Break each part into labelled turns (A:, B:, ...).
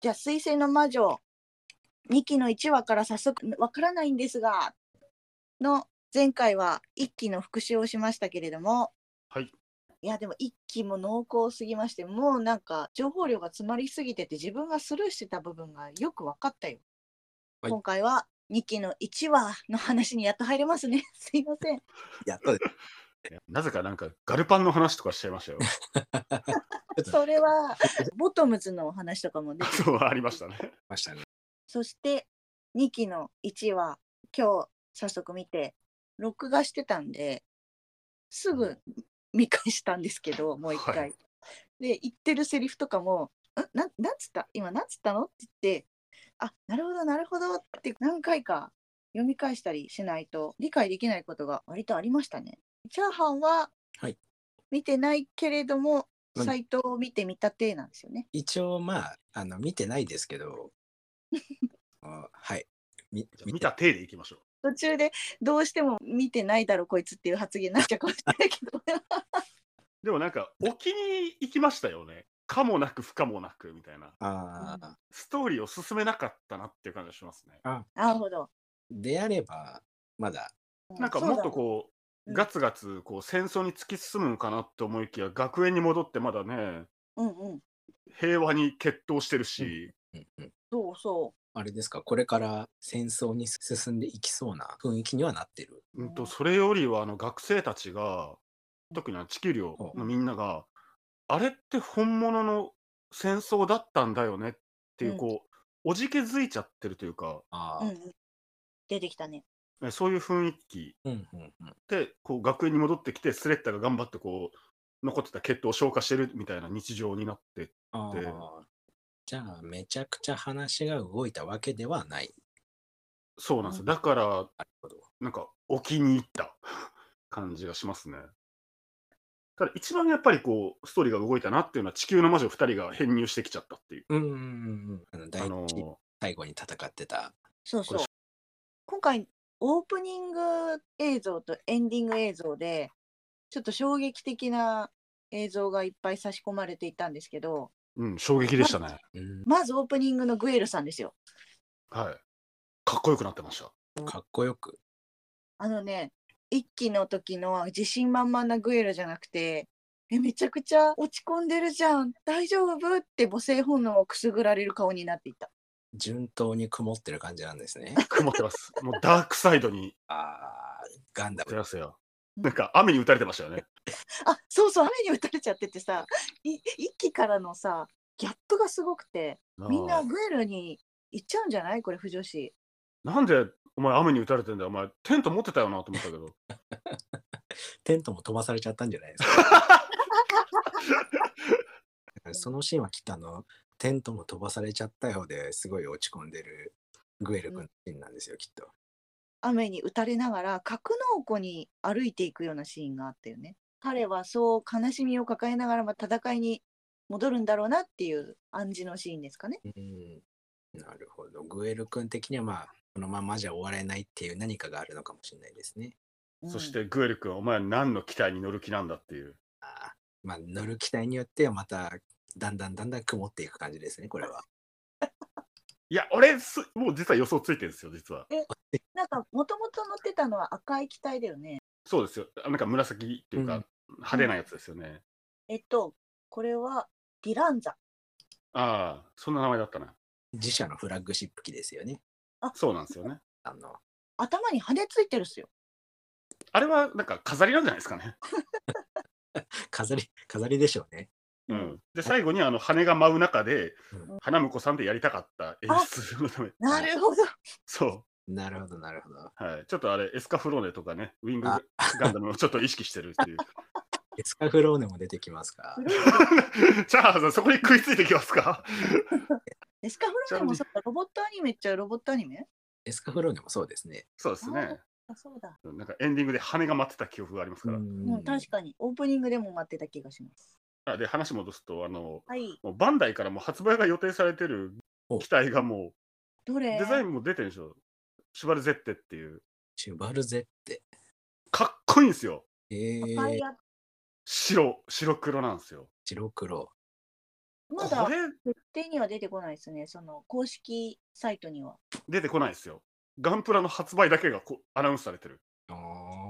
A: じゃあ、水星の魔女、2期の1話から早速、わからないんですが、の前回は1期の復習をしましたけれども、
B: はい。
A: いや、でも1期も濃厚すぎまして、もうなんか情報量が詰まりすぎてて、自分がスルーしてた部分がよく分かったよ。
C: はい
A: 今回は2期の1話の話にやっと入れますね。 すいません。
C: やったで
B: なぜかなんかガルパンの話とかしちゃいま したよ。
A: それは、ボトムズのお話とかも出て
B: そうありましたね。
C: ましたね。
A: そして2期の1話今日早速見て録画してたんですぐ見返したんですけどもう一回。
B: はい
A: で言ってるセリフとかも「んななんつった今なんつったの?」って言って「あなるほどなるほど」って何回か読み返したりしないと理解できないことが割とありましたね。チャーハンは
C: はい
A: 見てないけれども、
C: うん
A: サイトを見てみたてなんですよね。
C: 一応まあ、あの、見てないですけ ど、あはい。み
B: じゃあ見た体でいきましょう。
A: 途中でどうしても見てないだろこいつっていう発言になっちゃうかもしれないけ ど
B: でもなんか沖に行きましたよね。かもなく不可もなくみたいな。
C: ああ、
B: ストーリーを進めなかったなっていう感じがしますね。
A: なるほど
C: であれば、まだ、
B: なんかもっ
A: そ
B: とこう、
A: うだねうん
B: ガツガツこう戦争に突き進むのかなって思いきや、学園に戻ってまだね、
A: ううんうん
B: 平和に決闘してるし、
C: うんうん、
A: そうそ
C: あれですか、これから戦争に進んでいきそうな雰囲気にはなってる。
B: うんと、それよりはあの学生たちが、特にあの地球寮のみんなが、あれって本物の戦争だったんだよねっていう、
A: うん
B: こう、おじけづいちゃってるというか、
C: あ
A: う、
C: あ、
A: う
C: うん
A: うんん、出てきたね
B: ねそういう雰囲気
C: うんうん。
B: で、こう学園に戻ってきて、スレッタが頑張ってこう、残ってた血統を消化してるみたいな日常になって、
C: あ
B: で
C: あ、じゃあ、めちゃくちゃ話が動いたわけではない。
B: そうなんです
A: う
B: よ。
A: ん
B: だから、
C: なるほど。
B: なんか置きに入った 感じがしますね。ただ一番やっぱりこうストーリーが動いたなっていうのは地球の魔女2人が編入してきちゃったっていう。
C: うんうんうんうん。あの、第
B: あ
C: 一、
B: のー
C: 最後に戦ってた。
A: そう
B: こ
A: そう
B: れ
A: 今回オープニング映像とエンディング映像でちょっと衝撃的な映像がいっぱい差し込まれていたんですけど
B: うん、衝撃でしたね。
C: うん、
A: まずオープニングのグエルさんですよ
B: はい。かっこよくなってました。
C: かっこよく。
A: あのね一期の時の自信満々なグエルじゃなくてえめちゃくちゃ落ち込んでるじゃん大丈夫って母性本能をくすぐられる顔になっていた
C: 順当に曇ってる感じなんですね。
B: 曇ってます。もうダークサイドに
C: ああ、ガンダ
B: 照
C: ム。
B: らせよ。なんか雨に打たれてましたよね。
A: あそうそう雨に打たれちゃっててさい一期からのさギャップがすごくてみん
B: あ
A: な
B: ー
A: グエルに行っちゃうんじゃないこれ不女子
B: なんでお前雨に打たれてんだよ。お前テント持ってたよなと思ったけど。
C: テントも飛ばされちゃったんじゃないです か。そのシーンはきっとあの、テントも飛ばされちゃったようですごい落ち込んでるグエル君のシーンなんですよ、きっと。
A: 雨に打たれながら格納庫に歩いていくようなシーンがあったよね彼はそう悲しみを抱えながらまあ戦いに戻るんだろうなっていう暗示のシーンですかね
C: うん。なるほど。グエル君的にはまあ、このままじゃ終われないっていう何かがあるのかもしれないですね。
B: そしてグエル君、お前は何の機体に乗る気なんだっていう。
C: あーまあ、乗る機体によってはまた、だんだんだんだん曇っていく感じですね、これは。
B: いや、俺す、もう実は予想ついてるんですよ、実は。
A: なんかもともと乗ってたのは赤い機体だよね。
B: そうですよ。あなんか紫っていうか、
C: うん
B: 派手なやつですよね。
A: えっとこれはディランザ。
B: ああ、そんな名前だったな。
C: 自社のフラッグシップ機ですよね。
B: そうなんですよね。
C: あの、
A: 頭に羽ついてるっすよ。
B: あれはなんか飾りなんじゃないですかね。
C: 飾り、飾りでしょうね。
B: う
A: うん
B: ん、で、最後にあの羽が舞う中で
C: う、
B: 花婿さんでやりたかった演出のため。
A: なる ほど。
B: そ
C: なるほど、なるほど。
B: う。はい。ちょっとあれ、エスカフローネとかね、ウィングガ
C: あ
B: ンダムをちょっと意識してるっていう。
C: エスカフローネも出てきますか。
B: チャーハンさん、そこに食いついてきますか
A: エスカフローネもそうだ。ロボットアニメっちゃロボットアニメ
C: エスカフローネもそうですね。
B: そうですね。
A: あそうだ。
B: なんかエンディングで羽が舞ってた記憶がありますから。
A: うん、確かにオープニングでも待ってた気がします。
B: あで、話戻すと、あの、
A: はい。
B: もうバンダイからもう発売が予定されてる機体がも
A: ど
B: う、
A: れ
B: デザインも出てるでしょ。シュバルゼッテっていう。
C: シュバルゼって。
B: かっこいいんですよ。
C: え
A: パパイ
C: ー、
A: ヤ
B: 白、白黒なんですよ。
C: 白黒。
A: まだ
B: これ
A: 設定には出てこないですね、その公式サイトには。
B: 出てこないですよ。ガンプラの発売だけがこアナウンスされてる。
C: あー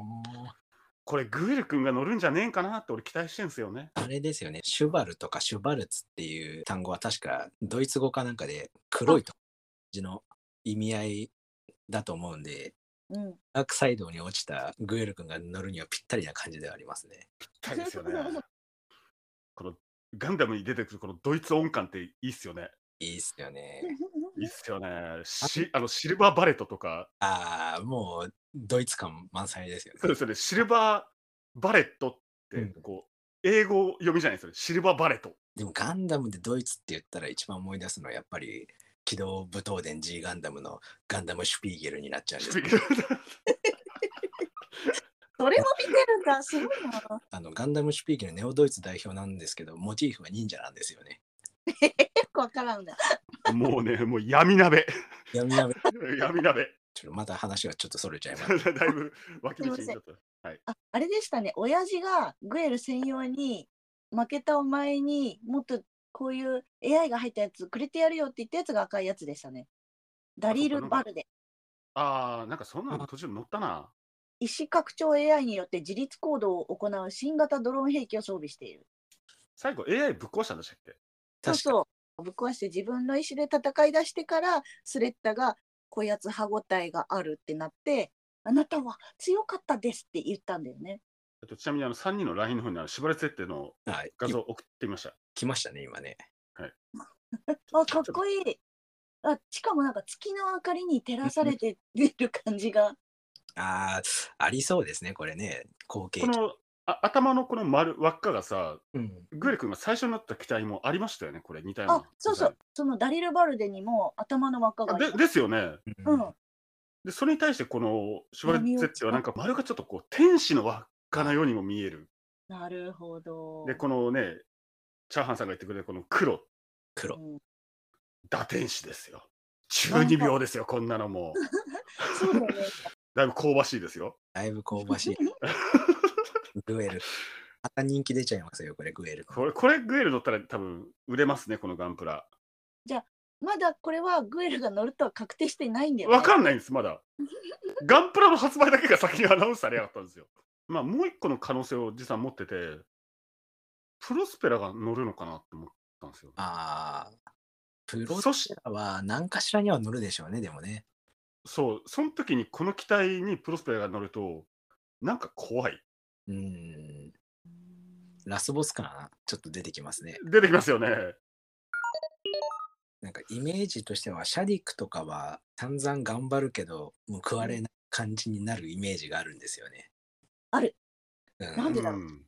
B: これグエル君が乗るんじゃねえんかなって俺期待してんすよ ね。
C: あれですよね。シュバルとかシュバルツっていう単語は確かドイツ語かなんかで黒いと字の意味合いだと思うんで、
A: うん、
C: ダークサイドに落ちたグエル君が乗るにはぴったりな感じではありますね。
B: ぴったりですよね。このガンダムに出てくるこのドイツ音感っていいっすよね。
C: いいっす よね。
B: いいっすよね。しあのシルバーバレットとか、
C: ああ、もうドイツ感満載ですよ
B: そうで。
C: ね
B: すよね。シルバーバレットって、
C: うん
B: こう英語読みじゃないですよね。シルバーバレット。
C: でもガンダムでドイツって言ったら一番思い出すのはやっぱり機動武闘伝 G ガンダムのガンダムシュピーゲルになっちゃうんですけど
A: それも見てるんだ、すごいな。
C: あのガンダムシュピーゲルネオドイツ代表なんですけどモチーフは忍者なんですよね。
A: よくわからんな。
B: もうね、もう闇鍋。
C: 闇鍋
B: 闇 鍋。
C: ちょっとまた話がちょっとそれち ゃいます。
B: だいぶ脇道にちょっと。
A: ああれでしたね、親父がグエル専用に負けたお前にもっとこういう AI が入ったやつくれてやるよって言ったやつが赤いやつでしたね。ダリル・バルデ。
B: ああ、なんかそんなの途中に乗ったな。
A: 意思拡張 AI によって自律行動を行う新型ドローン兵器を装備している。
B: 最後 AI ぶっ壊したんでしたっけ
A: そう
C: 確か
A: そう。ぶっ壊して自分の意思で戦い出してからスレッタがこやつ歯ごたえがあるってなってあなたは強かったですって言ったんだよね。
B: えっとちなみにあの3人の LINE の方にあのシュバルツェッテの
C: に、はい、
B: 画
C: き
B: 像送ってみました。
C: 来ましたね、今ね。
A: あかっこいいあしかもなんか月の明かりに照らされて出る感じが。
C: ああ、ありそうですね、これね。後継
B: このあ頭のこの丸輪っかがさ、
C: うん、
B: グエル君が最初になった機体もありましたよね、これ、似たような。
A: あそうそうそのダリル・バルデにも頭の輪っかが
B: あ
A: ある
B: でですよね。
A: う
C: うん
A: ん、
B: で、それに対して、このシュバルツェッテはなんか丸がちょっとこう天使の輪っかのようにも見える。
A: なるほど。
B: で、このね、チャーハンさんが言ってくれたこの黒、
C: 黒。
A: うん
B: 打天使ですよ。12秒ですよ、こんなのもう。
A: そうだよね。
B: だいぶ香ばしいですよ。
C: だいぶ香ば しい。グエル。また人気出ちゃいますよ、これ、グエル。
B: これ、これグエル乗ったら多分売れますね、このガンプラ。
A: まだこれはグエルが乗るとは確定してないんだよ、ね。
B: わかんないんです、まだ。ガンプラの発売だけが先にアナウンスされやがったんですよ。まあ、もう一個の可能性を実は持ってて、プロスペラが乗るのかなって思ったんですよ。
C: ああ。プロ
B: そし
C: スラは何かしらには乗るでしょうね、でもね。
B: そう、その時にこの機体にプロスペラが乗ると、なんか怖い。
C: うん。ラスボス感、ちょっと出てきますね。
B: 出てきますよね。
C: なんかイメージとしては、シャディックとかは散々頑張るけど、報われない感じになるイメージがあるんですよね。
A: ある。
C: うん、
A: なんでだろう
B: うん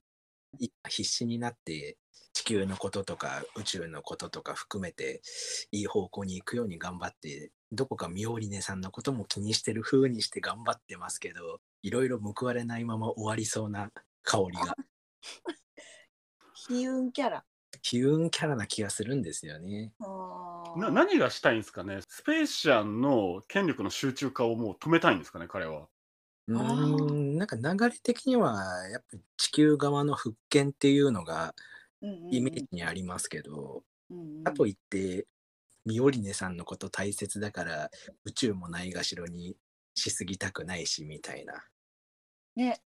C: 今必死になって地球のこととか宇宙のこととか含めていい方向に行くように頑張ってどこかミオリネさんのことも気にしてる風にして頑張ってますけどいろいろ報われないまま終わりそうな香り が
A: 悲運キャラ。
C: 悲運キャラな気がするんですよね。
A: あー
B: な何がしたいんですかねスペーシアンの権力の集中化をもう止めたいんですかね彼は。
C: う
A: あ
C: ー
A: ー
C: んなんか流れ的にはやっぱり地球側の復権っていうのが
A: うんうんうん
C: イメージにありますけど、
A: うんうん
C: かといって、ミオリネさんのこと大切だから、宇宙もないがしろにしすぎたくないし、みたいな。
A: ね、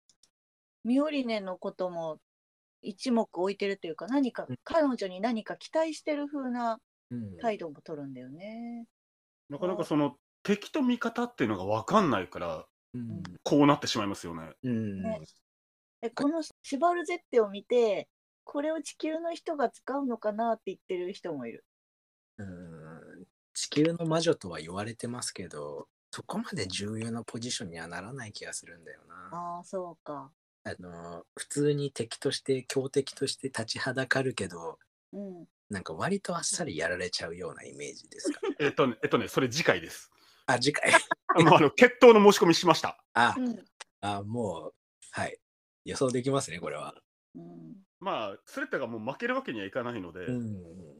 A: ミオリネのことも一目置いてるというか何か
C: うん
A: 彼女に何か期待してる風な
C: うん
A: 態度も取るんだよね。
B: なかなかその敵と味方っていうのが分かんないから、
C: うん
B: こうなってしまいますよね。
C: うん
A: ねえこのシュバルゼッテを見てこれを地球の人が使うのかなって言ってる人もいる。
C: うん地球の魔女とは言われてますけど、そこまで重要なポジションにはならない気がするんだよな。
A: ああそうか。
C: あの普通に敵として強敵として立ちはだかるけど、
A: うん、
C: なんか割とあっさりやられちゃうようなイメージですか。
B: えっとね、えっとね、それ次回です。
C: あ、次回。
B: あもうあの決闘の申し込みしました。
C: あ
A: う、ん
C: あもう、はい。予想できますね、これは。
A: うん、
B: まあ、スレッタがもう負けるわけにはいかないので、
C: うん、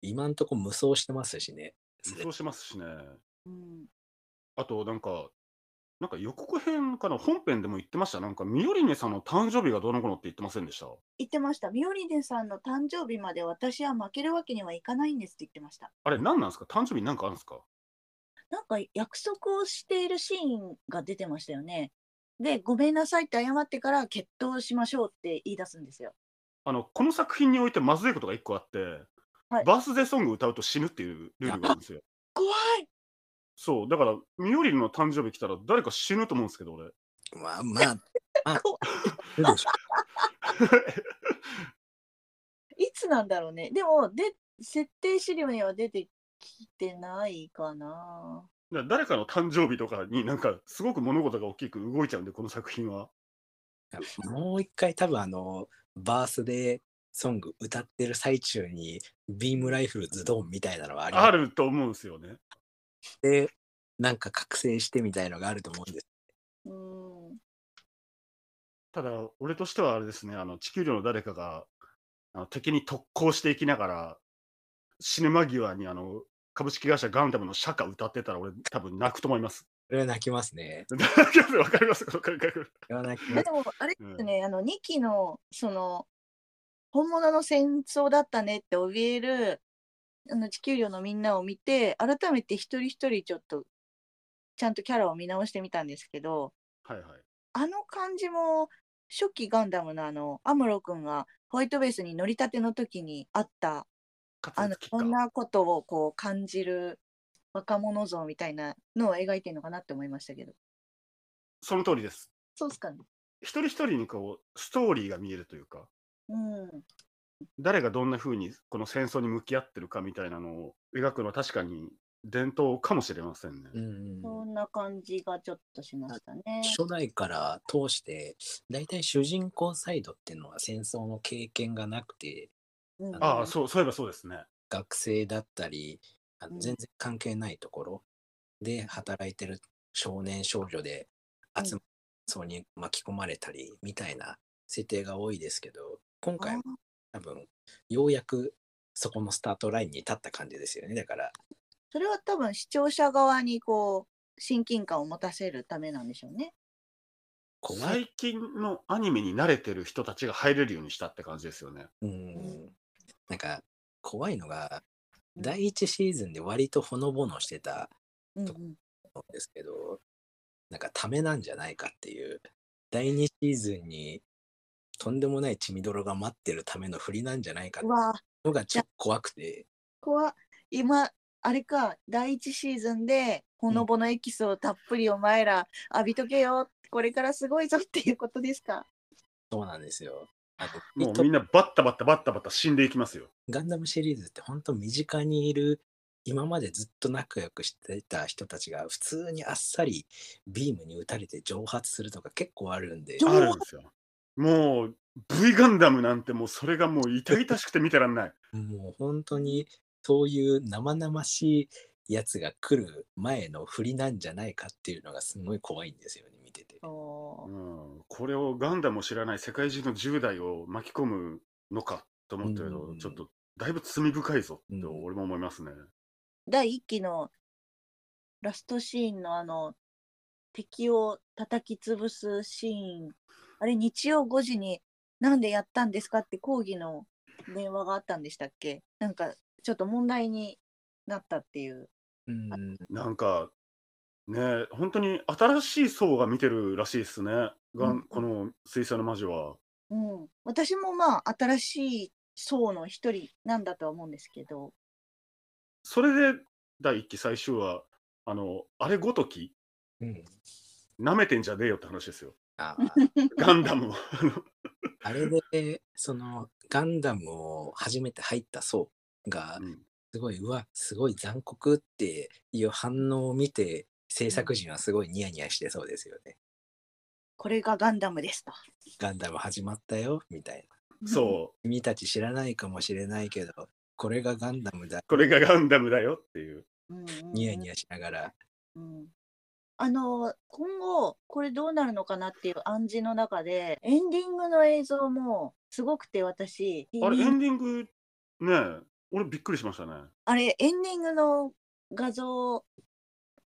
C: 今んとこ無双してますしね。
B: そうしますしね。
A: うん
B: あと、なんか、なんか予告編かな、本編でも言ってました。なんか、ミオリネさんの誕生日がどうのこうのって言ってませんでした。
A: 言ってました。ミオリネさんの誕生日まで私は負けるわけにはいかないんですって言ってました。
B: あれ、何なんですか誕生日なんかあるんですか
A: なんか約束をしているシーンが出てましたよね。で、ごめんなさいって謝ってから決闘しましょうって言い出すんですよ。
B: あの、この作品においてまずいことが一個あって、
A: はい
B: バースデーソング歌うと死ぬっていうルールがあるんですよ。
A: 怖い
B: そう、だから、ミオリネの誕生日来たら誰か死ぬと思うんですけど、俺。
C: ま あまあ、まあ
A: 怖、
C: そうでしょ
A: いつなんだろうね。でも、で、設定資料には出てきてないかな。
B: だから誰かの誕生日とかになんかすごく物事が大きく動いちゃうんでこの作品は
C: もう一 回多分あの、バースデーソング歌ってる最中に、ビームライフルズドンみたいなのはありま
B: あると思うんですよね。
C: して、なんか覚醒してみたいのがあると思うんです。
A: うん。
B: ただ俺としてはあれですねあの地球寮の誰かがあの敵に特攻していきながら死ぬ間際にあの株式会社ガンダムの社歌歌ってたら俺多分泣くと思います。
C: それは泣きますね。
B: わかりますこの感覚
C: それは泣きます
A: でも、あれですね、あの、2期の、その、本物の戦争だったねって怯える、あの、地球寮のみんなを見て、改めて一人一人ちょっと、ちゃんとキャラを見直してみたんですけど、
B: はいはい。
A: あの感じも初期ガンダムのあのアムロ君がホワイトベースに乗りたての時にあったあ
B: 勝
A: の
B: つき
A: い
B: っ
A: ろん
B: か。
A: なことをこう感じる若者像みたいなのを描いてるのかなって思いましたけど
B: その通りです。
A: そうっすかね
B: 一人一人にこうストーリーが見えるというか
A: うん
B: 誰がどんな風にこの戦争に向き合ってるかみたいなのを描くのは確かに伝統かもしれませんね。
C: うん
A: そんな感じがちょっとしましたね
C: 初代から通して、大体主人公サイドっていうのは戦争の経験がなくて、
A: うん
B: ああ、そう、そういえばそうですね。
C: 学生だったり、あ
A: う
C: の
A: ん
C: 全然関係ないところで働いてる少年少女で集まそうに巻き込まれたりみたいな設定が多いですけど、今
A: あ
C: 回も多分、ようやくそこのスタートラインに立った感じですよね。だから、
A: それは多分視聴者側にこう親近感を持たせるためなんでしょうね
C: 怖い。
B: 最近のアニメに慣れてる人たちが入れるようにしたって感じですよね。
C: うん。なんか、怖いのが、第一シーズンで割とほのぼのしてた
A: うん
C: と思うんですけど、なんかためなんじゃないかっていう、第2シーズンにとんでもない血みどろが待ってるための振りなんじゃないかっ
A: う
C: て
A: ん
C: いうう
A: わー
C: のがちょっと怖くて、
A: 怖っ今あれか第一シーズンでほのぼのエキスをたっぷりお前ら浴びとけよこれからすごいぞっていうことですか
C: そうなんですよ。あと
B: もうみんなバッタバッタバッタバッタ死んでいきますよ。
C: ガンダムシリーズって本当身近にいる、今までずっと仲良くしてた人たちが普通にあっさりビームに打たれて蒸発するとか結構あるんで、
A: どう
B: あるんですよ。もう V ガンダムなんてもうそれがもう痛々しくて見てらんない。
C: もう本当にそういう生々しいやつが来る前の振りなんじゃないかっていうのがすごい怖いんですよね見てて。
A: お
B: うん、これをガンダムを知らない世界中の10代を巻き込むのかと思ったけ
C: う
B: ど
C: ん、
B: ちょっとだいぶ罪深いぞって
C: うん
B: 俺も思いますね。
A: 第一期のラストシーンのあの敵を叩き潰すシーンあれ日曜5時になんでやったんですかって抗議の電話があったんでしたっけなんかちょっと問題になったっていう
C: うん、
B: なんか、ね、本当に新しい層が見てるらしいですね、が
A: うん
B: ん、この水星の魔女は。
A: うん、私もまあ新しい層の一人なんだとは思うんですけど、
B: それで第1期最終話、あの、あれごとき、
C: うん、
B: なめてんじゃねえよって話ですよ、
C: あ
B: ガンダムを。
C: あれでそのガンダムを初めて入った層 が
B: うん
C: すごいうわすごい残酷っていう反応を見て制作陣はすごいニヤニヤしてそうですよね。
A: これがガンダムですと。
C: ガンダム始まったよみたいな。
B: そう、
C: 君たち知らないかもしれないけどこれがガンダムだ
B: これがガンダムだよっていう。
A: うんうんうん
C: ニヤニヤしながら
A: うんあの今後これどうなるのかなっていう暗示の中でエンディングの映像もすごくて私
B: あれ、エ
A: うん
B: ンディング、ね、俺びっくりしましたね。
A: あれエンディングの画像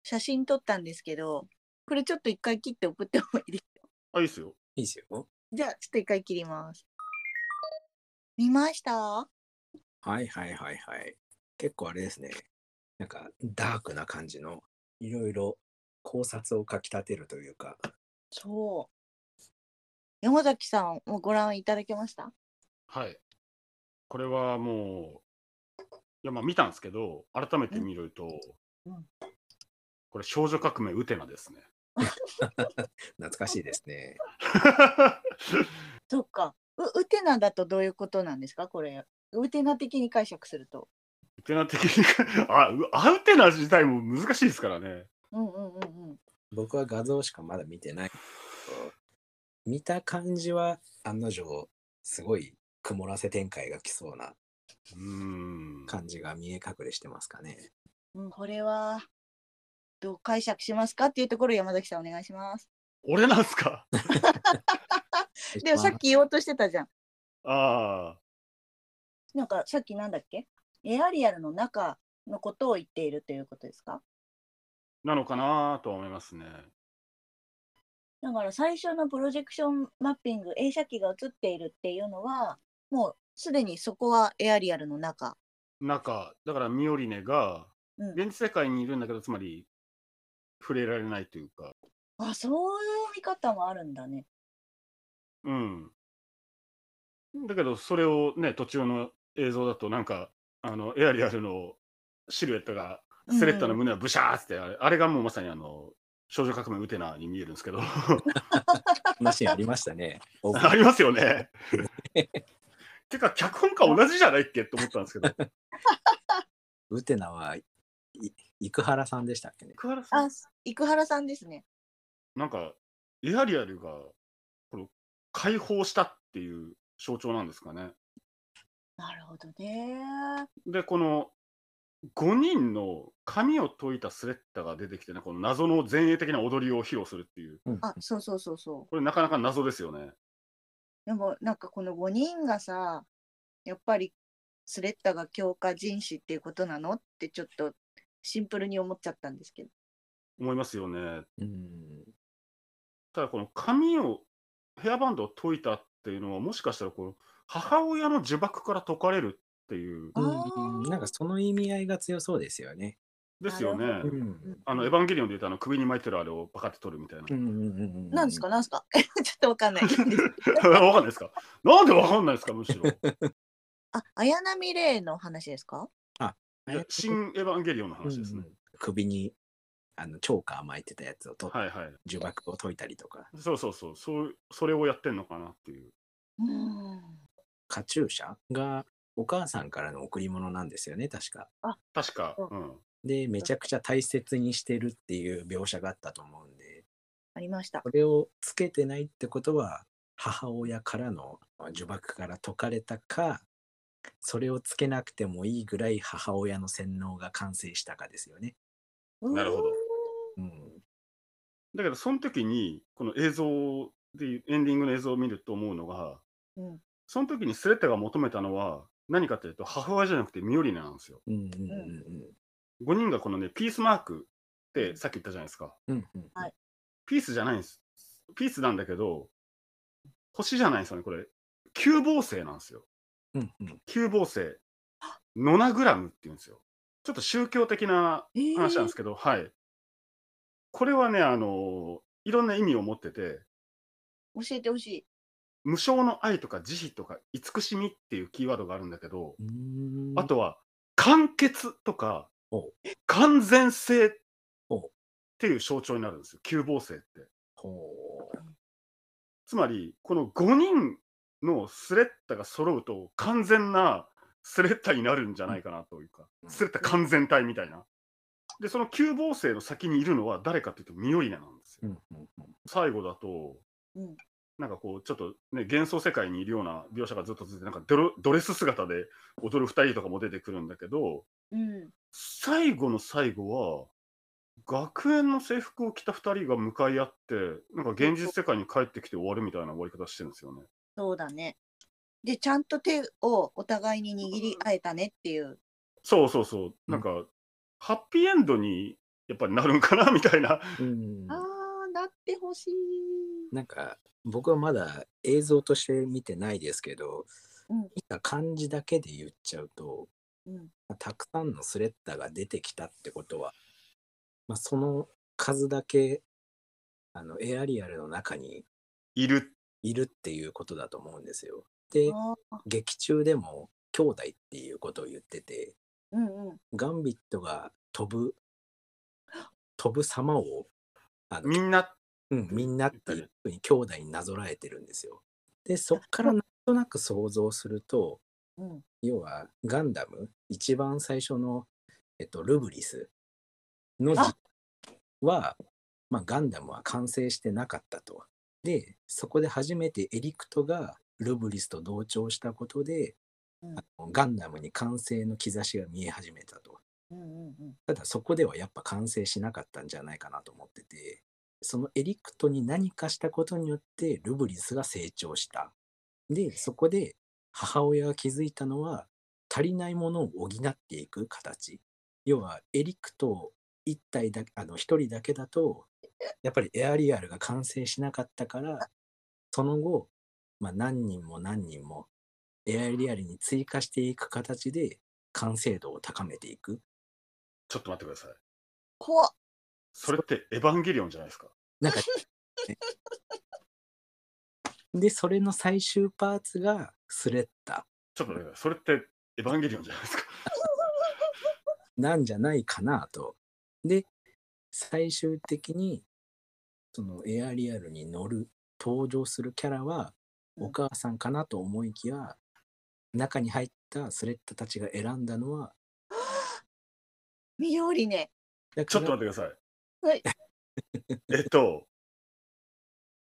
A: 写真撮ったんですけどこれちょっと一回切って送ってもいいです
B: あ、いいですよ。
C: いいですよ。
A: じゃあちょっと一回切ります。見ました
C: はいはいはいはい。結構あれですね。なんかダークな感じの、いろいろ考察をかきたてるというか、
A: そう。山崎さんもご覧いただけました
B: はい。これはもう、いやまあ見たんですけど、改めて見ると、
A: うん
B: これ、少女革命ウテナです ね。
C: 懐かしいですね。
A: そっか。うウテナだとどういうことなんですかこれ。ウテナ的に解釈すると。
B: ウテナ的に、あ、うアウテナ自体も難しいですからね。
A: うんうんうんうん。
C: 僕は画像しかまだ見てないけど。見た感じは案の定、すごい曇らせ展開が来そうな
B: うーん。
C: 感じが見え隠れしてますかね。
A: うん、これはどう解釈しますかっていうところ山崎さんお願いします。
B: 俺なんすか
A: でもさっき言おうとしてたじゃん。
B: ああ、
A: なんかさっきなんだっけエアリアルの中のことを言っているということですか
B: なのかなとは思いますね。
A: だから最初のプロジェクションマッピング映写機が映っているっていうのはもうすでにそこはエアリアルの中。
B: なんか、だからミオリネが、
A: うん
B: 現実世界にいるんだけど、つまり、触れられないというか、
A: あそういう見方もあるんだね。
B: うん。だけど、それをね、途中の映像だと、なんか、あの、エアリアルのシルエットが、スレッタの胸をブシャーって、あれあれがもうまさにあの、少女革命ウテナに見えるんですけど、
C: 話ありましたね。オープ
B: ありますよね。てか、脚本家同じじゃないっけと思ったんですけど、
C: ンウテナはい、生原さんでしたっけね。
B: 福原さ
A: あ
B: ん、
A: 生原さんですね。
B: なんか、エアリアルが、この、解放したっていう象徴なんですかね。
A: なるほどね。
B: で、この5人の髪を解いたスレッタが出てきてね、この謎の前衛的な踊りを披露するっていう、
A: あそうそうそうそう。
B: これなかなか謎ですよね。
A: でもなんかこの5人がさやっぱりスレッタが強化人士っていうことなのってちょっとシンプルに思っちゃったんですけど
B: 思いますよね。
C: うん。
B: ただこの髪を、ヘアバンドを解いたっていうのは、もしかしたらこの母親の呪縛から解かれるっていう、
A: あ
C: うん
A: ー
C: なんかその意味合いが強そうですよね。
B: ですよね
A: な。
C: うん。
B: あの、エヴァンゲリオンで言うと、あの、首に巻いてるあれをパカって取るみたいな。
C: うんうんうんうん
A: なんですかなんですか ちょっとわかん ない
B: わかんないですかなんでわかんないですかむしろ。
A: あ綾波レイの話ですか
C: あれ
B: 新エヴァンゲリオンの話ですね
C: うん。うん首にあのチョーカー巻いてたやつを取って、
B: はいはい。
C: 呪縛を解いたりとか、
B: そうそうそう。そう、それをやってんのかなっていう。
A: うん
C: カチューシャがお母さんからの贈り物なんですよね、確か。
B: 確か、
A: う
B: うん、
C: で、めちゃくちゃ大切にしてるっていう描写があったと思うんで、
A: ありました
C: それをつけてないってことは、母親からの呪縛から解かれたか、それをつけなくてもいいぐらい母親の洗脳が完成したかですよね。
B: なるほど
A: うーん
C: うん。
B: だけど、その時に、この映像で、エンディングの映像を見ると思うのが、
A: うん
B: その時にスレッタが求めたのは、何かというと、母親じゃなくてミオリネなんですよ。
C: うんうんうん
B: 5人がこのね、ピースマークってさっき言ったじゃないですか。
C: うん。うんうん
A: はい
B: ピースじゃないんです。ピースなんだけど、星じゃないんですよね、これ。球房星なんですよ。
C: うんうん。
B: 球房星。ノナグラムっていうんですよ。ちょっと宗教的な
A: えー
B: 話なんですけど、はい。これはね、あの、いろんな意味を持ってて、
A: 教えてほしい
B: 無償の愛とか慈悲とか慈しみっていうキーワードがあるんだけど、
C: うーん
B: あとは完結とか
C: おう
B: 完全性っ
C: おう
B: ていう象徴になるんですよ、急防性って。
C: ほ
B: つまり、この5人のスレッタが揃うと完全なスレッタになるんじゃないかなというか、
C: うん
B: スレッタ完全体みたいな。で、その急防性の先にいるのは誰かというとミオリネなんですよ
C: う。うんうんうん
B: 最後だと、
A: うん
B: なんかこう、ちょっとね、幻想世界にいるような描写がずっと続いて、なんかドロドレス姿で踊る2人とかも出てくるんだけど、
A: うん
B: 最後の最後は、学園の制服を着た2人が向かい合って、なんか現実世界に帰ってきて終わるみたいな終わり方してるんですよね。
A: そうだねでちゃんと手をお互いに握り合えたねっていう
B: そうそうそう、なんか、ハッピーエンドにやっぱりなるんかなみたいな、
C: うん
A: あーなってほしい。
C: なんか僕はまだ映像として見てないですけど、
A: うん
C: 見た感じだけで言っちゃうと
A: うん、
C: たくさんのスレッダーが出てきたってことは、まあ、その数だけあのエアリアルの中に
B: いる。
C: いるっていうことだと思うんですよ。で
A: あー
C: 劇中でも兄弟っていうことを言ってて
A: うんうん。
C: ガンビットが飛ぶ飛ぶ様をあの
B: みんな、
C: うん、みんなっていうふうに兄弟になぞらえてるんですよ。でそっからなんとなく想像すると
A: うん、
C: 要はガンダム一番最初の、えっと、ルブリスの時
A: あ
C: は、まあ、ガンダムは完成してなかったと。でそこで初めてエリクトがルブリスと同調したことで、
A: うん
C: あのガンダムに完成の兆しが見え始めたと。
A: うんうんうん。
C: ただそこではやっぱ完成しなかったんじゃないかなと思っててそのエリクトに何かしたことによってルブリスが成長したでそこで母親が気づいたのは足りないものを補っていく形要はエリクト1体だあの1人だけだとやっぱりエアリアルが完成しなかったからその後、まあ、何人も何人もエアリアルに追加していく形で完成度を高めていく
B: ちょっと待ってください。
A: 怖っ
B: それってエヴァンゲリオンじゃないですか。
C: なんか、ね で、それの最終パーツがスレッタ
B: ちょっと待ってください。それってエヴァンゲリオンじゃないですか。
C: なんじゃないかなと。で、最終的に、そのエアリアルに乗る、登場するキャラは、
A: うん
C: お母さんかなと思いきや、中に入ったスレッタたちが選んだのは、
A: ミオリネ。
C: だ
B: ち
C: か
B: ょっと
C: ら
B: 待ってください。
A: はい。
B: えっと、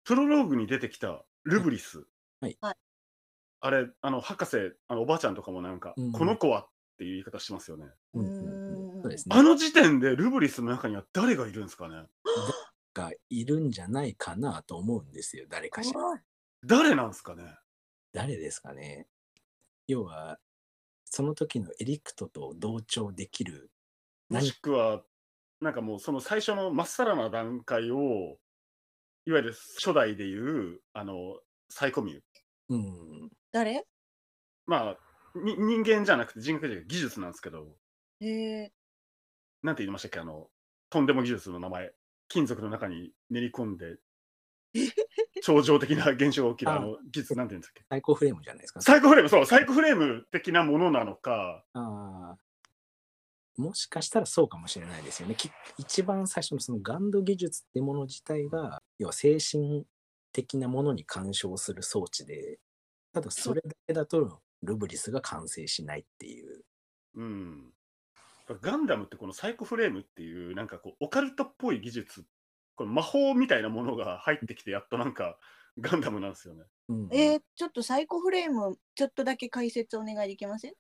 B: プロローグに出てきたルブリス。
C: はい
A: はい
B: あれ、あの、博士、あのおばあちゃんとかもなんか、
C: うん
B: この子はっていう言い方してますよね。
C: うんうんうんそうですね
B: あ。の時点でルブリスの中には誰がいるんですかね
C: がいるんじゃないかなと思うんですよ、誰かしら。
A: 怖い
B: 誰なんですかね
C: 誰ですかね要はその時のエリクトと同調できる
B: も
C: 何
B: しくは、なんかもうその最初のまっさらな段階を、いわゆる初代でいう、あの、サイコミュー。
C: うん
A: 誰
B: まあ、に人間じゃなくて人格じゃなくて技術なんですけど、
A: へえ
B: なんて言いましたっけあの、とんでも技術の名前。金属の中に練り込んで、 超常的な現象が起きる、
C: あ
B: あの、技術、なんて言うんですっけ
C: 最高フレームじゃないですか
B: サイコフレーム、そう、サイコフレーム的なものなのか、
C: あーもしかしたらそうかもしれないですよねき一番最初のそのガンド技術ってもの自体が要は精神的なものに干渉する装置でただそれだけだとルブリスが完成しないっていう
B: うん。ガンダムってこのサイコフレームっていう、なんかこう、オカルトっぽい技術、この魔法みたいなものが入ってきて、やっとなんか、ガンダムなんですよね。
C: うん
A: えー、ちょっとサイコフレーム、ちょっとだけ解説お願いできません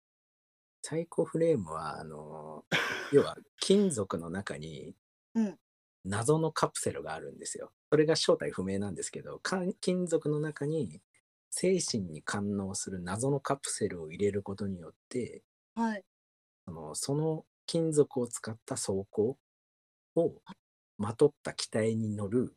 C: サイコフレームは あのー要は金属の中に
A: うん
C: 謎のカプセルがあるんですよ。それが正体不明なんですけどか金属の中に精神に感応する謎のカプセルを入れることによって
A: はい。
C: そのその金属を使った装甲をまとった機体に乗る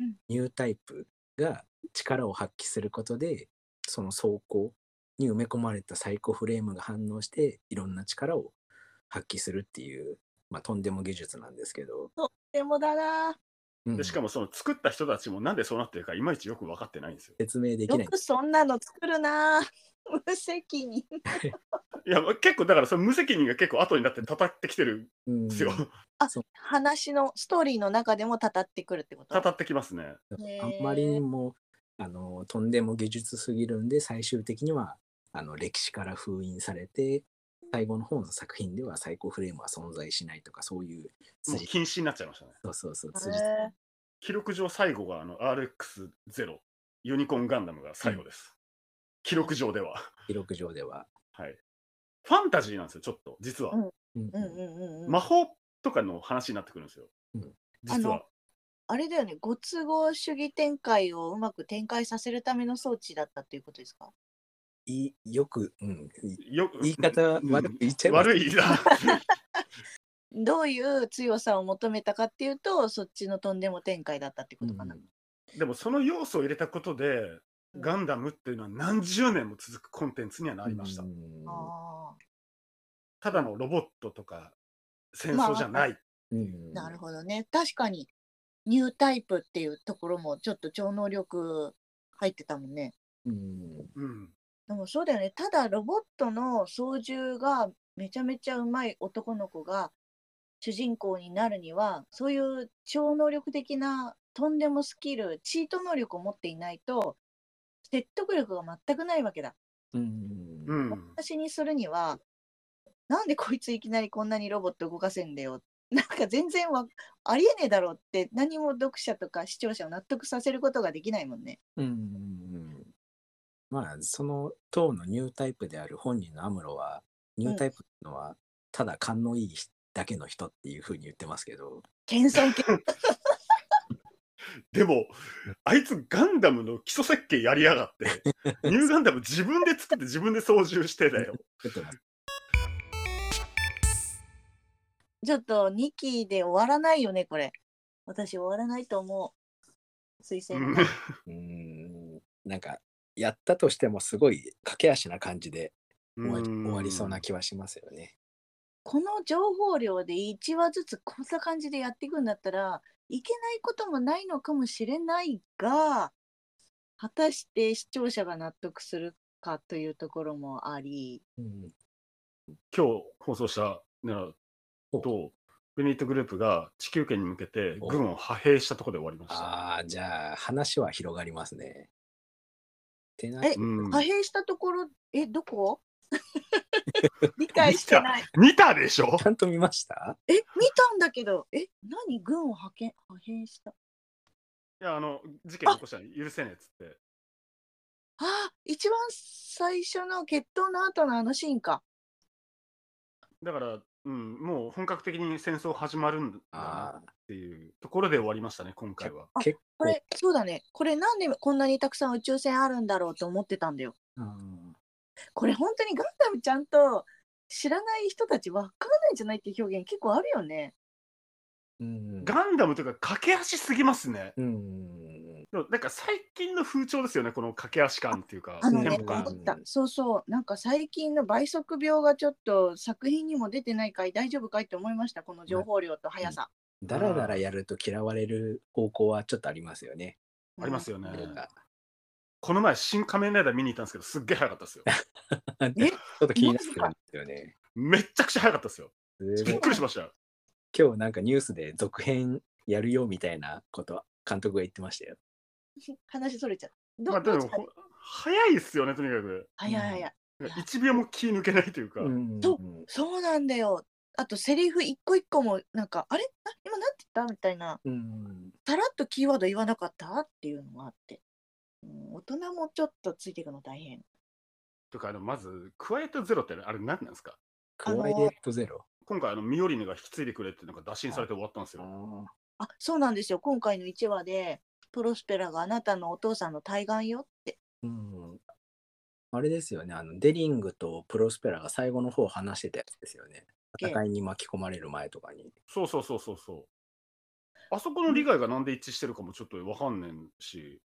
A: うん
C: ニュータイプが力を発揮することでその装甲に埋め込まれたサイコフレームが反応していろんな力を発揮するっていう、まあ、とんでも技術なんですけど、
A: でもだな
C: うん
B: でしかもその作った人たちもなんでそうなってるか、いまいちよく分かってないんですよ。
C: 説明でき
A: よ
C: ない
A: くそんなの作るな 無責任。
B: いや、結構だから、その無責任が結構後になって叩ってきてる
C: うん
B: んですよ。
A: 話のストーリーの中でもたたってくるってこと
B: 叩ってきますね。
A: ね
C: あんまりにもあのとんでも技術すぎるんで最終的にはあの歴史から封印されて最後の方の作品では最高フレームは存在しないとかそういう
B: もう
C: 辻
B: 禁止になっちゃいましたね。
C: そうそうそう
A: へ
C: 辻
A: え
B: 記録上最後があの RX0、ユニコーンガンダムが最後です。記録上では。
C: 記録上では、
B: はい。ファンタジーなんですよ、ちょっと、実は。
A: うん
C: うん
A: うんうんうんうん
B: 魔法とかの話になってくるんですよ。
C: うん
B: 実は。
A: あれだよね、ご都合主義展開をうまく展開させるためめの装置だったっていうことですか
C: いよく、うん、い
B: よ
C: 言い方悪く言っちゃいます
B: 悪いな。
A: どういう強さを求めたかっていうとそっちのとんでも展開だったってことかな。
B: でもその要素を入れたことで、ガンダムっていうのは何十年も続くコンテンツにはなりました。
C: うん
A: あ
B: ただのロボットとか戦争じゃない。
C: うん
A: ーなるほどね確かにニュータイプっていうところもちょっと超能力入ってたもんね。
C: うん
B: うん。
A: でもそうだよねただロボットの操縦がめちゃめちゃうまい男の子が主人公になるにはそういう超能力的なとんでもスキルチート能力を持っていないと説得力が全くないわけだ。
C: うん
B: う
C: う
B: ん。
C: ん
A: 私にするにはなんでこいついきなりこんなにロボット動かせんだよ なんか全然わありえねえだろって何も読者とか視聴者を納得させることができないもんね。
C: うんまあその当のニュータイプである本人のアムロはニュータイプってのはただ勘のいい人だけの人っていうふうに言ってますけ ど、
A: 謙 遜謙
B: でも、あいつガンダムの基礎設計やりやが って、ニューガンダム自分で作って自分で操縦して だよ。
C: ちょっと待って
A: ちょっと2期で終わらないよね、これ。私終わらないと思う。推
B: う
A: 薦
B: ん
A: が。
C: うんなんかやったとしてもすごい駆け足な感じで終わり終わりそうな気はしますよね。
A: この情報量で1話ずつこんな感じでやっていくんだったらいけないこともないのかもしれないが、果たして視聴者が納得するかというところもあり、
C: うん
B: 今日放送したね
C: お
B: と、ベネイトグループが地球圏に向けて軍を派兵したところで終わりました。
C: ああじゃあ話は広がりますね。ってな
A: え
B: うん
A: 派兵したところ、え、ど こ理解してない。
B: 見たで しょ
C: ちゃんと見ました
A: え、見たんだけど、え、何軍を派遣、派兵した。
B: いや、あの、事件起こしたら許せねえっつって。
A: あ、一番最初の決闘の後のあのシーンか。
B: だから、うん、もう本格的に戦争始まるんだな
C: あ
B: っていうところで終わりましたね、今回は。
C: あ結
A: こ
C: 構
A: れ、そうだね。これなんでこんなにたくさん宇宙船あるんだろうと思ってたんだよ。
C: うん
A: これ本当にガンダムちゃんと知らない人たちわかんないんじゃないっていう表現結構あるよね。
C: うん
B: ガンダムというか、駆け足すぎますね。
C: うん
B: でもなんか最近の風潮ですよね、この駆け足感っていうか、
A: あの
B: テ
A: ね、
B: ンポ
A: 思
B: 感。
A: った。そうそう。なんか最近の倍速病がちょっと作品にも出てないかい大丈夫かいって思いました。この情報量と速さ。
C: だらだらやると嫌われる方向はちょっとありますよね。
B: ありますよね
C: な。んか
B: この前、新仮面ライダー見に行ったんですけど、すっげえ早かったですよ。
C: ちょっと気になってるんですよね。
B: めっちゃくちゃ早かったですよ。
C: すご
B: び
C: い
B: っくりしましたよ。
C: 今日なんかニュースで続編やるよみたいなこと監督が言ってましたよ。
A: うん話それちゃった。ど
B: まあ、で
A: どっ
B: も
A: ちか
B: ほ早いですよね、とにかく。
A: 早い早い。
B: 1秒も気抜けないというか、
C: うん
A: そそうなんだよ。あとセリフ一個一個もなんか「あれあ今なんて言った?」みたいな
C: うん
A: さらっとキーワード言わなかったっていうのがあって、うん、大人もちょっとついていくの大変。
B: とかあのまず、クワイエットゼロってあれ何なんですか
C: クワイエットゼロ。
B: 今回あの、ミオリネが引き継いでくれってなんか打診されて終わったんですよ。
A: あそうなんですよ今回の1話でプロスペラがあなたのお父さんの対岸よって
C: うんあれですよねあのデリングとプロスペラが最後の方話してたやつですよね。
A: ええ
C: 戦いに巻き込まれる前とかに。
B: そうそうそうそうそう。あそこの理解がなんで一致してるかもちょっとわかんねんし、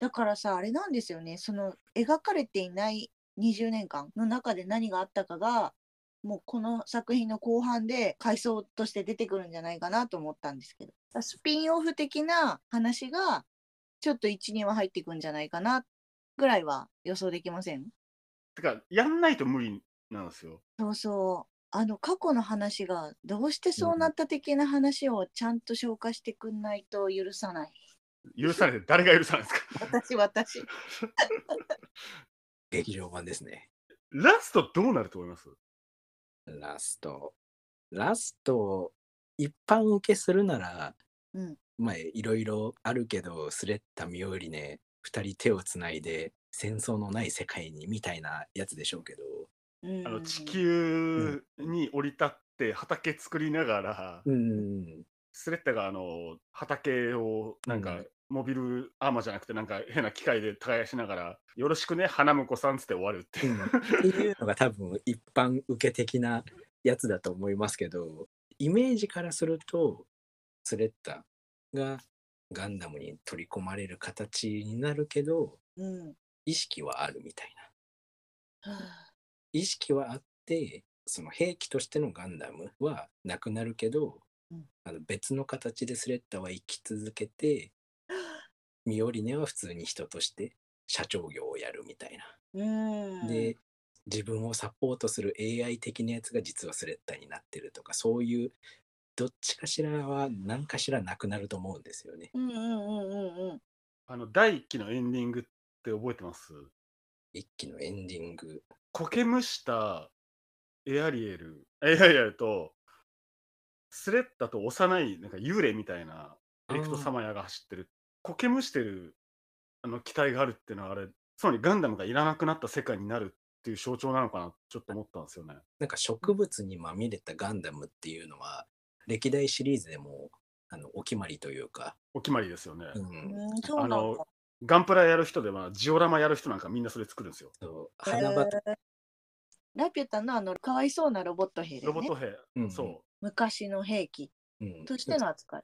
A: だからさあれなんですよねその描かれていない20年間の中で何があったかがもうこの作品の後半で回想として出てくるんじゃないかなと思ったんですけどスピンオフ的な話がちょっと12話入っていくんじゃないかなぐらいは予想できません
B: てか、やんないと無理なんですよ。
A: そうそうあの過去の話がどうしてそうなった的な話をちゃんと消化してくんないと許さない
B: 許されて、誰が許さないんですか
A: 私私
C: 劇場版ですね。
B: ラストどうなると思います
C: ラスト。ラスト、一般受けするなら、
A: うん
C: まあ、いろいろあるけど、スレッタ・ミオリネ、二人手をつないで、戦争のない世界に、みたいなやつでしょうけど、
A: うん
B: あの地球に降り立って畑作りながら、
C: うん、
B: スレッタがあの畑をなんか、
C: うん
B: モビルアーマーじゃなくてなんか変な機械で耕しながら「よろしくね花婿さん」つって終わるって
C: うんっていうのが多分、一般受け的なやつだと思いますけど、イメージからするとスレッタがガンダムに取り込まれる形になるけど
A: うん。
C: 意識はあるみたいな
A: はあ
C: 意識はあってその兵器としてのガンダムはなくなるけど、
A: うん
C: あの別の形でスレッタは生き続 けてミオリネは普通に人として社長業をやるみたいな。
A: うん。
C: で、自分をサポートする AI 的なやつが実はスレッタになってるとかそういうどっちかしらは何かしらなくなると思うんですよね。
A: うんうんうんうんうん。
B: あの、第1期のエンディングって覚えてます
C: 一期のエンディング
B: 苔むしたエアリエル、エアリエルと、スレッタと幼いなんか幽霊みたいなエレクトサマヤが走ってる、苔むしてるあの機体があるっていうのは、あれ、つまりガンダムがいらなくなった世界になるっていう象徴なのかなってちょっと思ったんですよね。
C: なんか植物にまみれたガンダムっていうのは歴代シリーズでもあのお決まりというか、
B: お決まりですよね。
C: うん、
A: うん、そうなん
B: あ
A: だ。
B: のガンプラやる人では、ジオラマやる人なんかみんなそれ作るんですよ。
C: そう
A: えー
C: 花畑、
A: ラピュタのあのかわいそうなロボット兵だ
B: ロ
A: よ
B: ボッ
A: ね
B: ト。兵、
C: うん
B: そ
A: 昔の兵器
C: うん
A: としての扱い。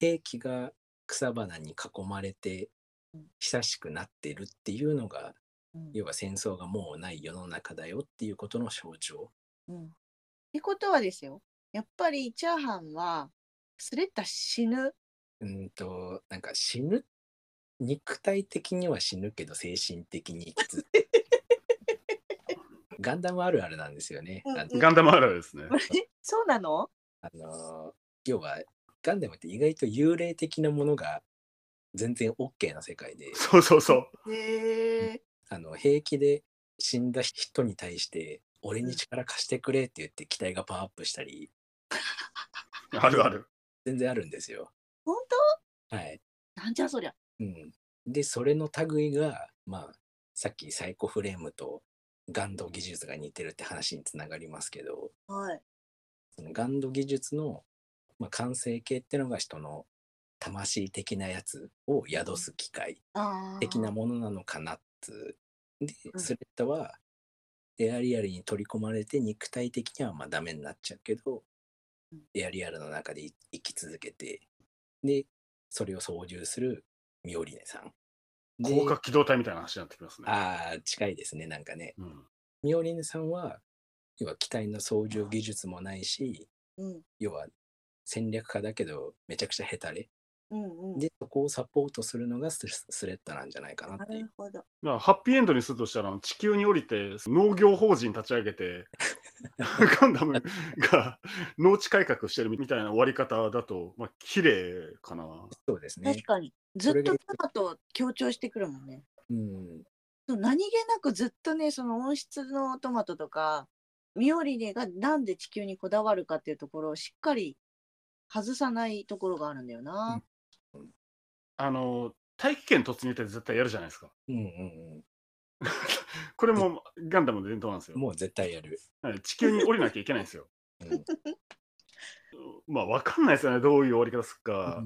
C: 兵器が草花に囲まれて
A: うん
C: 久しくなってるっていうのが
A: うん
C: 要は戦争がもうない世の中だよっていうことの象徴。
A: うん、ってことはですよやっぱりチャーハンはスレッタ死ぬ
C: うんとなんか死ぬ肉体的には死ぬけど精神的に生き 続けるガンダムあるあるなんですよね。
A: うん
C: あの
B: う。ガンダムあるあるですね。
A: えそうなの
C: あのー要はガンダムって意外と幽霊的なものが全然 OK な世界で
B: そうそうそう。
A: へえ
C: あの平気で死んだ人に対して「俺に力貸してくれ」って言って機体がパワーアップしたり
B: あるある。
C: 全然あるんですよ。
A: 本
C: はい
A: 当なんじゃそりゃ
C: うん、でそれの類が、まあ、さっきサイコフレームとガンド技術が似てるって話につながりますけど、
A: はい
C: そのガンド技術の、まあ、完成形ってのが人の魂的なやつを宿す機械
A: あー
C: 的なものなのかなっつうで
A: うん
C: スレッタはエアリアルに取り込まれて肉体的にはまあダメになっちゃうけど
A: うん
C: エアリアルの中でい生き続けてでそれを操縦するミオリネさんで
B: 広角機動隊みたいな話になってきますね。
C: あー近いですねなんかね
B: うん、
C: ミオリネさんは要は機体の操縦技術もないし
A: うん
C: 要は戦略家だけどめちゃくちゃヘタレ
A: うんうん
C: でそこをサポートするのがススレッタなんじゃないかな
A: な
C: っていう
A: るほど
B: だからハッピーエンドにするとしたら、あの地球に降りて農業法人立ち上げて、ガンダムが農地改革してるみたいな終わり方だと、まあ綺麗かな。
C: そうですね
A: 確、かにず
C: それ
A: っ
C: が
A: とパパと強調してくるもんね
C: うん、
A: そう何気なくずっとねその温室のトマトとかミオリネがなんで地球にこだわるかっていうところをしっかり外さないところがあるんだよな、
B: あの大気圏突入って絶対やるじゃないですか。
C: うんうん
B: これもガンダムの伝統なんです
C: うん
B: よ。
C: もう絶対やる、
B: はい地球に降りなきゃいけないんですよ。
C: うんうん
B: まあ分かんないですよね、どういう終わり方するか。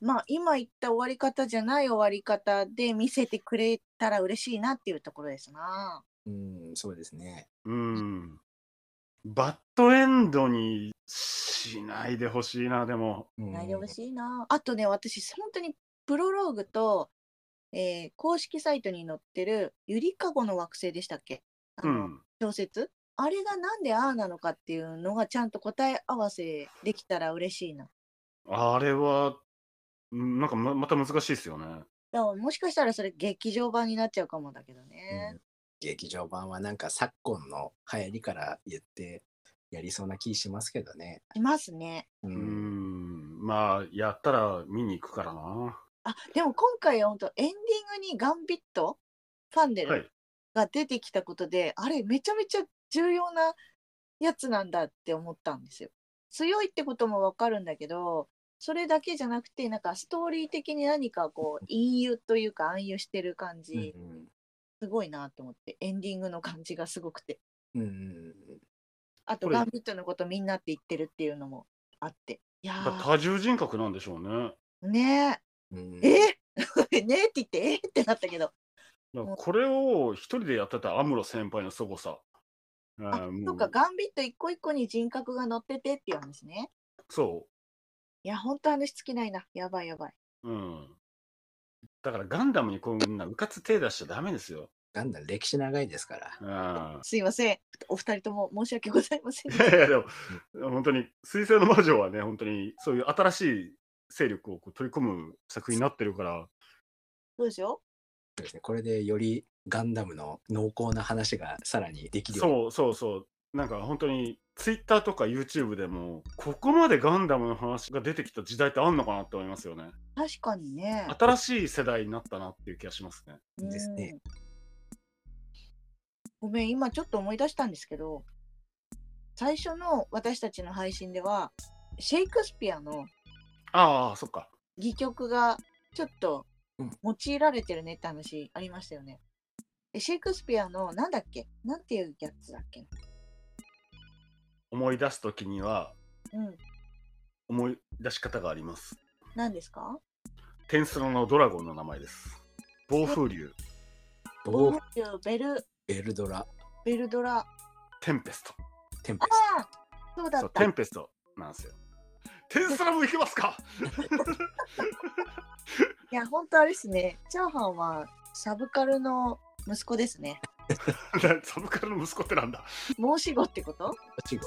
A: まあ今言った終わり方じゃない終わり方で見せてくれたら嬉しいなっていうところですな。
C: うんそうですね
B: うん。バッドエンドにしないでほしいな、でも。
C: うん
A: ないでほしいな。あとね私本当にプロローグと、えー公式サイトに載ってる「ゆりかごの惑星」でしたっけあ
B: う
A: の、
B: ん。
A: 小説あれがなんでああなのかっていうのがちゃんと答え合わせできたら嬉しいな。
B: あれは、うんなんかままた難しいですよね。
A: だからもしかしたらそれ劇場版になっちゃうかもだけど
C: う
A: ね
C: ん。劇場版はなんか昨今の流行りから言ってやりそうな気しますけどね、
A: いますね。
C: う
B: うんん。まあ、やったら見に行くからな。は
A: あでも今回は本当エンディングにガンビットファンデル、
B: い。
A: が出てきたことであれめちゃめちゃ重要なやつなんだって思ったんですよ。強いってこともわかるんだけどそれだけじゃなくてなんかストーリー的に何かこう隠喩というか暗喩してる感
C: うん
A: じすごいなと思ってエンディングの感じがすごくて
C: うんうん
A: あと
B: これ
A: ガンビットのことみんなって言ってるっていうのもあっていや
B: だから多重人格なんでしょうね。
A: ーね
C: うん
A: え えねえって言ってえーってなったけど
B: だからこれを一人でやってたアムロ先輩の凄さ。あ
A: あ
B: ーもう
A: そっかガンビット一個一個に人格が乗っててっていう話ね
B: そ。
A: いや本当話尽きないなやばいやばいう
B: うん。だからガンダムにこんなうかつ手出しちゃダメですよ。
C: なんだ、歴史長いですから。
B: うん。い や
A: すいませんお二人とも申し訳ございま せん
B: いやでも、本当に、水星の魔女はね、本当にそういう新しい勢力をこう取り込む作品になってるから、
A: どうでしょ
C: そうですね。これでよりガンダムの濃厚な話がさらにできるように
B: そうそうそう。なんか本当に、ツイッターとか YouTube でも、ここまでガンダムの話が出てきた時代ってあんのかなって思いますよね。
A: う確かにね
B: 新しい世代になったなっていう気がしますね。
C: ですね
A: うんごめん今ちょっと思い出したんですけど最初の私たちの配信ではシェイクスピアの
B: ああ、そっか。
A: 戯曲がちょっと
C: うん
A: 用いられてるねって話ありましたよね。えシェイクスピアのなんだっけなんていうやつだっけな
B: 思い出すときには、
A: うん。
B: 思い出し方があります。
A: 何ですか
B: テンスロのドラゴンの名前です。暴風竜、
C: ボー
A: ベル、
C: ベルドラ
A: ベルドラ。あ
B: テンペスト。
C: テンペス
A: あそうだ
B: そう
A: っ、
B: テ
A: た
B: ン。ペストなんですよ。テンスラもいけますか
A: いや、本当あれですね。チャーハンはサブカルの息子ですね。
B: サブカルの息子ってなんだ
A: 申し子ってこと
C: ト。違う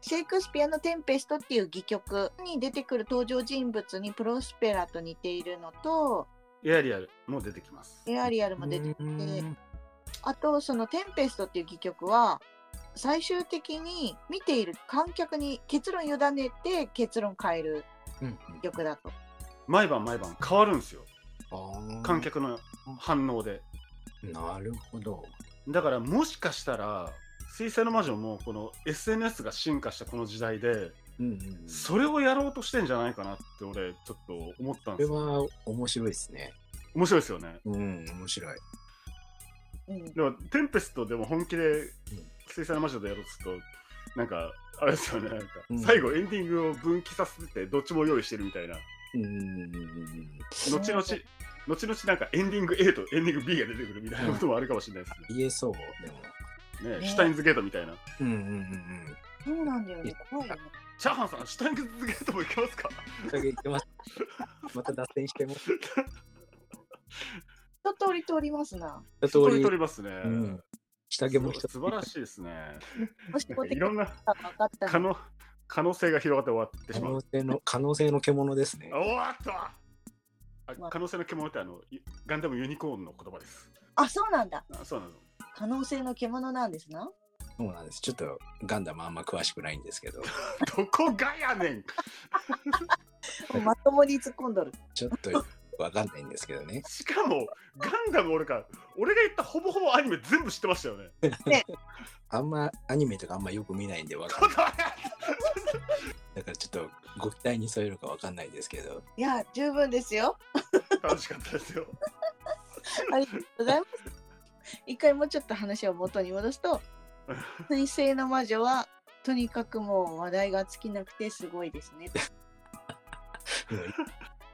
A: シェイクスピアの「テンペスト」っていう戯曲に出てくる登場人物にプロスペラと似ているのと
B: エアリアルも出てきます。
A: エアリアルも出て
C: うーん
A: あとその「テンペスト」っていう戯曲は最終的に見ている観客に結論委ねて結論変える
C: うんうん
A: 曲だと。
B: 毎晩毎晩変わるんですよ。
C: あー
B: 観客の反応で。
C: なるほど。
B: だからもしかしたら、水星の魔女もこの SNS が進化したこの時代で、
C: うんうんうん、そ
B: それをやろうとしてんじゃないかなって俺ちょっと思ったんで
C: れ
B: すよ。
C: は面白いですね。
B: 面白いですよね。
C: うん、面白い。
A: うん、
B: でも、テンペストでも本気で水星の魔女でやろうとすると、なんか、あれですよね、なんか
C: うん、
B: 最後エンディングを分岐させてて、どっちも用意してるみたいな。
C: うんうんうんうん。
B: 後々、後々なんかエンディング A とエンディング B が出てくるみたいなこともあるかもしれないです
C: 言えそう、でも。
B: ね。ね
A: ね
B: シュタインズゲートみたいな。
C: うんうん うん
A: そうなんだよね怖いよね。
B: チャーハンさん、シュタインズゲートもいけますか
C: うん。だけいけます。また脱線しても。
A: 一通り通りますな。
C: 一通
B: 取り
C: り
B: 取。りますね。
C: うん。下着も
B: す
C: 一つ。
B: 素晴らしいですね。
A: もし
B: いろんな
A: が分かった
B: 可
A: の
B: 能可能性が広がって終わって
C: 可
B: しまう
C: 能。性の、可能性の獣ですね
B: あ。おわっとあ可能性の獣ってあのいガンダムユニコーンの言葉です。
A: あそうなんだ
B: あそうなの。
A: 可能性の獣なんですな。
C: そうなんです。ちょっとガンダムあんま詳しくないんですけど、
B: どこがやねん
A: まともに突っ込んどる。
C: ちょっとわかんないんですけどね。
B: しかも、ガンダム俺か、俺が言ったほぼほぼアニメ全部知ってましたよね。
C: あんまアニメとかあんまよく見ないんでわかんない。だからちょっとご期待に添えるかわかんないですけ ど、
A: いや十分ですよ。
B: 楽しかったですよ。
A: ありがとうございます。一回もうちょっと話を元に戻すと「水星の魔女は」とにかくもう話題が尽きなくてすごいですね。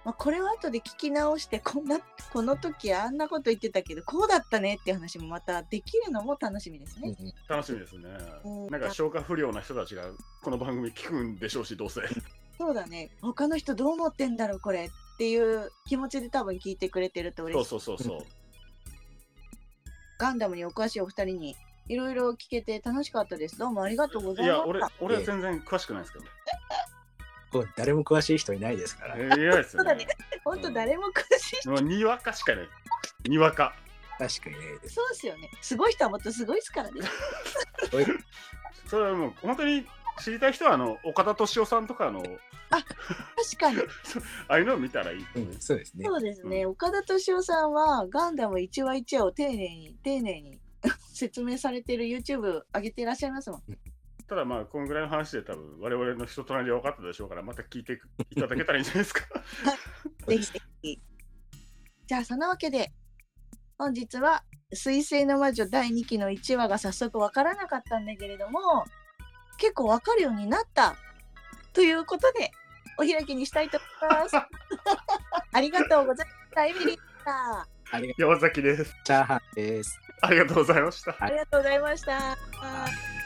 A: まあ、これは後で聞き直してこんなこの時あんなこと言ってたけどこうだったねっていう話もまたできるのも楽しみです
C: うん
A: ね。
C: うん
B: 楽しみですね
A: うん。
B: なんか消化不良な人たちがこの番組聞くんでしょうし、どうせ。
A: そうだね他の人どう思ってんだろうこれっていう気持ちで多分聞いてくれてると嬉しい
B: そ
A: う
B: そうそうそう。
A: ガンダムにお詳しいお二人にいろいろ聞けて楽しかったです。どうもありがとうござ
B: い
A: いま
B: や、
A: し
B: 俺
A: た。、
B: 俺は全然詳しくないですけど。
C: こう誰も詳しい人いないですから、
B: えやです
A: そうだ
B: よ
A: ね
B: ね。
A: 本当誰も詳しい人、
B: もうにわかしかない。にわか。
C: 確かにいないです。
A: そうですよね。すごい人はもっとすごいですからね。
B: それはもう本当に知りたい人はあの岡田敏夫さんとかの
A: 確かに。
B: ああいうのを見たらいい。
C: うん、そうですね。
A: そうですね。岡田敏夫さんはガンダム一話一話を丁寧に丁寧に 説明されてる YouTube 上げていらっしゃいますもん。
B: ただまあこんぐらいの話で多分我々の人となりは分かったでしょうからまた聞いていただけたらいいんじゃないですか。
A: ぜひぜひ。じゃあそんなわけで本日は「水星の魔女」第2期の1話が早速わからなかったんだけれども結構わかるようになったということでお開きにしたいと思います。ありがとうございましたエミリーでした。
C: ありがと
B: 山崎です。
C: う。チャーハンです。
B: ありがとうございました。
A: ありがとうございました。